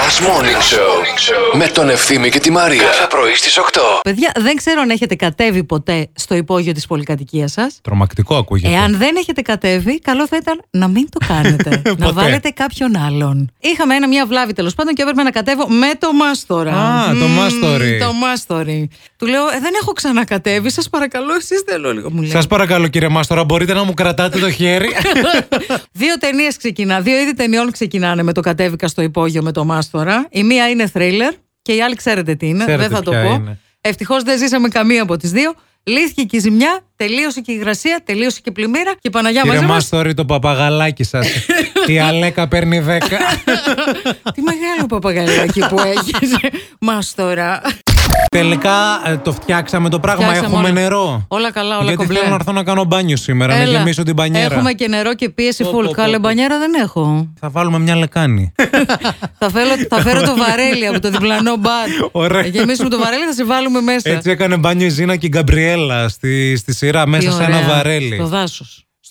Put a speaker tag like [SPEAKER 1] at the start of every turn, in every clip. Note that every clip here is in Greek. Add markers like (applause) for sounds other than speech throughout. [SPEAKER 1] Last Morning Show με τον Ευθύμη και τη Μαρία. Κάθε πρωί στις 8.
[SPEAKER 2] Παιδιά, δεν ξέρω αν έχετε κατέβει ποτέ στο υπόγειο της πολυκατοικίας σας.
[SPEAKER 3] Τρομακτικό ακούγεται.
[SPEAKER 2] Εάν δεν έχετε κατέβει, καλό θα ήταν να μην το κάνετε. να
[SPEAKER 3] (laughs) Ποτέ.
[SPEAKER 2] βάλετε κάποιον άλλον. Είχαμε ένα, μια βλάβη τέλος πάντων και έπρεπε να κατέβω με το μάστορα.
[SPEAKER 3] Α, το
[SPEAKER 2] Μμμ,
[SPEAKER 3] μάστορι.
[SPEAKER 2] Το μάστορι. Του λέω, «Ε, δεν έχω ξανακατέβει. Σας παρακαλώ, εσείς θέλω λίγο. Μου λέει.
[SPEAKER 3] Σας παρακαλώ, κύριε Μάστορα, μπορείτε να μου κρατάτε το χέρι.
[SPEAKER 2] δύο ταινίες ξεκινά. Δύο είδη ταινιών ξεκινάνε με το κατέβηκα στο υπόγειο με το Μάστορα. Η μία είναι θρίλερ και η άλλη ξέρετε τι είναι.
[SPEAKER 3] Ξέρετε
[SPEAKER 2] δεν θα το
[SPEAKER 3] ποια
[SPEAKER 2] πω.
[SPEAKER 3] είναι.
[SPEAKER 2] Ευτυχώς δεν ζήσαμε καμία από τις δύο. Λύθηκε και η ζημιά, τελείωσε και η υγρασία, τελείωσε και η πλημμύρα και η Παναγιά
[SPEAKER 3] κύριε
[SPEAKER 2] μαζί μας.
[SPEAKER 3] Μάστορη, το παπαγαλάκι
[SPEAKER 2] (laughs)
[SPEAKER 3] σας. Η Αλέκα παίρνει 10.
[SPEAKER 2] Τι μεγάλο παπαγαλάκι που έχεις ε, Μάστορα.
[SPEAKER 3] Τελικά ε, το φτιάξαμε το πράγμα.
[SPEAKER 2] Φτιάξαμε
[SPEAKER 3] Έχουμε
[SPEAKER 2] όλα.
[SPEAKER 3] νερό.
[SPEAKER 2] Όλα καλά, όλα
[SPEAKER 3] Γιατί
[SPEAKER 2] κομπλέ.
[SPEAKER 3] θέλω να έρθω να κάνω μπάνιο σήμερα, να γεμίσω την πανιέρα.
[SPEAKER 2] Έχουμε και νερό και πίεση
[SPEAKER 3] Πω, πω,
[SPEAKER 2] full.
[SPEAKER 3] πω,
[SPEAKER 2] Καλέ
[SPEAKER 3] πω.
[SPEAKER 2] μπανιέρα δεν έχω.
[SPEAKER 3] Θα βάλουμε μια λεκάνη.
[SPEAKER 2] θα, φέρω, θα φέρω το βαρέλι από το διπλανό μπαρ.
[SPEAKER 3] Ωραία.
[SPEAKER 2] Θα γεμίσουμε το βαρέλι, θα σε βάλουμε μέσα.
[SPEAKER 3] Έτσι έκανε μπάνιο η Ζήνα και η Γκαμπριέλα στη, στη σειρά,
[SPEAKER 2] Τι
[SPEAKER 3] μέσα σε ένα
[SPEAKER 2] ωραία.
[SPEAKER 3] βαρέλι.
[SPEAKER 2] Στο δάσος.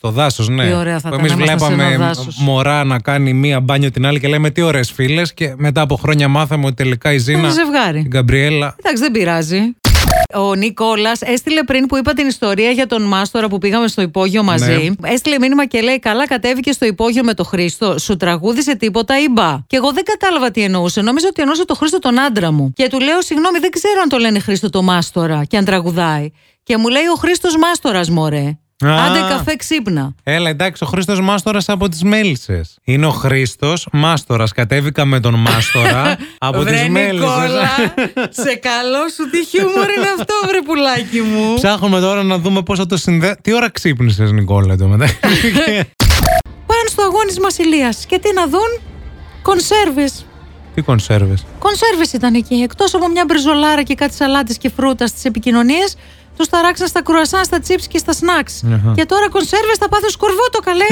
[SPEAKER 3] Στο δάσος, ναι.
[SPEAKER 2] Τι ωραία θα ήταν
[SPEAKER 3] Εμείς
[SPEAKER 2] να ήμασταν σε
[SPEAKER 3] βλέπαμε
[SPEAKER 2] ένα δάσος.
[SPEAKER 3] μωρά να κάνει μία μπάνιο την άλλη και λέμε τι ωραίες φίλες. Και μετά από χρόνια μάθαμε ότι τελικά η Ζήνα.
[SPEAKER 2] Ένα ζευγάρι.
[SPEAKER 3] Η Γκαμπριέλα.
[SPEAKER 2] Εντάξει, δεν πειράζει. Ο Νικόλας έστειλε πριν που είπα την ιστορία για τον Μάστορα που πήγαμε στο
[SPEAKER 3] Ναι.
[SPEAKER 2] υπόγειο μαζί. Έστειλε μήνυμα και λέει: Καλά, κατέβηκε στο υπόγειο με το Χρήστο. Σου τραγούδισε τίποτα ή μπα. Και εγώ δεν κατάλαβα τι εννοούσε. Νόμιζα ότι εννοούσε το Χρήστο τον άντρα μου. Και του λέω: Συγγνώμη, δεν ξέρω αν το λένε Χρήστο το Μάστορα και αν τραγουδάει. Και μου λέει: Ο Χρήστος Μάστορας, μωρέ.
[SPEAKER 3] Α.
[SPEAKER 2] Άντε καφέ ξύπνα.
[SPEAKER 3] Έλα, εντάξει, ο Χρήστος Μάστορας από τις Μέλισσες. Είναι ο Χρήστος Μάστορας. Κατέβηκα με τον
[SPEAKER 2] (laughs)
[SPEAKER 3] Μάστορα από
[SPEAKER 2] βρε
[SPEAKER 3] τι Μέλισσες.
[SPEAKER 2] Νικόλα, σε καλό σου τι χιούμορ είναι αυτό, βρε πουλάκι μου.
[SPEAKER 3] (laughs) Ψάχνουμε τώρα να δούμε πώ θα το συνδέουμε. Τι ώρα ξύπνησες, Νικόλα, εδώ
[SPEAKER 2] (laughs)
[SPEAKER 3] μετά.
[SPEAKER 2] Πάνε στο αγώνι Μασιλία και τι να δουν. Κονσέρβες.
[SPEAKER 3] Τι κονσέρβες.
[SPEAKER 2] Κονσέρβες ήταν εκεί. Εκτός από μια μπριζολάρα και κάτι σαλάτες και φρούτα στις επικοινωνίες, τους ταράξαν στα κρουασάν, στα τσίπ και στα σναξ.
[SPEAKER 3] Αχα.
[SPEAKER 2] Και τώρα κονσέρβες θα πάθουν σκορβότο, καλέ.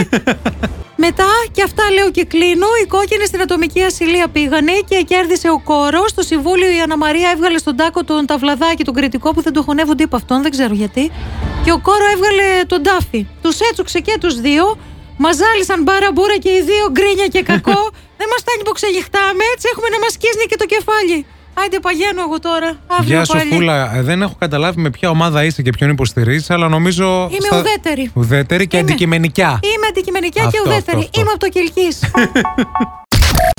[SPEAKER 2] Μετά, και αυτά λέω και κλείνω, οι κόκκινοι στην ατομική ασυλία πήγανε και κέρδισε ο κόρος. Στο συμβούλιο η Αναμαρία έβγαλε στον τάκο τον ταυλαδάκι, τον κριτικό που δεν το χωνεύονται υπ' αυτόν, δεν ξέρω γιατί. Και ο κόρο έβγαλε τον τάφι. Τους έτσουξε και τους δύο. Μαζάλισαν μπάρα μπούρα και οι δύο γκρίνια και
[SPEAKER 3] (laughs)
[SPEAKER 2] κακό. δεν μας φτάνει που ξεγυχτάμε, έτσι έχουμε να μας σκίζει και το κεφάλι. Άιντε παγαίνω εγώ τώρα. Αύριο
[SPEAKER 3] Γεια
[SPEAKER 2] πάλι.
[SPEAKER 3] Σοφούλα, ε, δεν έχω καταλάβει με ποια ομάδα είσαι και ποιον υποστηρίζεις, αλλά νομίζω.
[SPEAKER 2] Είμαι ουδέτερη.
[SPEAKER 3] Ουδέτερη και
[SPEAKER 2] Είμαι.
[SPEAKER 3] αντικειμενικά.
[SPEAKER 2] Είμαι αντικειμενικά και
[SPEAKER 3] Αυτό,
[SPEAKER 2] ουδέτερη.
[SPEAKER 3] αυτό, αυτό.
[SPEAKER 2] Είμαι από το Κυλκή.
[SPEAKER 3] (laughs)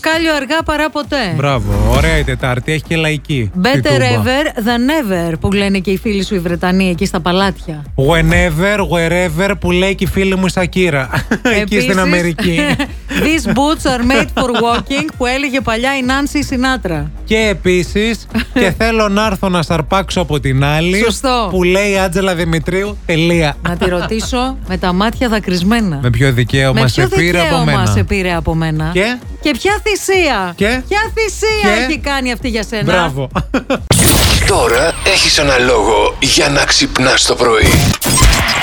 [SPEAKER 2] Κάλιο αργά παρά ποτέ.
[SPEAKER 3] Μπράβο, ωραία η Τετάρτη, έχει και λαϊκή. Η
[SPEAKER 2] Better
[SPEAKER 3] Τούμπα.
[SPEAKER 2] ever than ever που λένε και οι φίλοι σου οι Βρετανοί εκεί στα παλάτια.
[SPEAKER 3] Whenever, wherever που λέει και η φίλη μου η Σακύρα. Εκεί στην
[SPEAKER 2] Επίσης,
[SPEAKER 3] Αμερική.
[SPEAKER 2] (laughs) These boots are made for walking που έλεγε παλιά η Νάνση Σινάτρα.
[SPEAKER 3] Και επίσης,
[SPEAKER 2] (laughs)
[SPEAKER 3] και θέλω να έρθω να σαρπάξω από την άλλη.
[SPEAKER 2] Σωστό.
[SPEAKER 3] Που λέει η Άτζελα Δημητρίου. Τελεία.
[SPEAKER 2] Να τη ρωτήσω με τα μάτια δακρυσμένα.
[SPEAKER 3] Με ποιο δικαίωμα
[SPEAKER 2] Με
[SPEAKER 3] σε πήρε από
[SPEAKER 2] δικαίωμα
[SPEAKER 3] μένα.
[SPEAKER 2] σε πήρε από μένα.
[SPEAKER 3] Και?
[SPEAKER 2] ποια θυσία.
[SPEAKER 3] Και?
[SPEAKER 2] Ποια θυσία
[SPEAKER 3] Και?
[SPEAKER 2] έχει κάνει αυτή για σένα.
[SPEAKER 3] Μπράβο.
[SPEAKER 2] (laughs)
[SPEAKER 1] Τώρα έχεις ένα λόγο για να ξυπνάς το πρωί.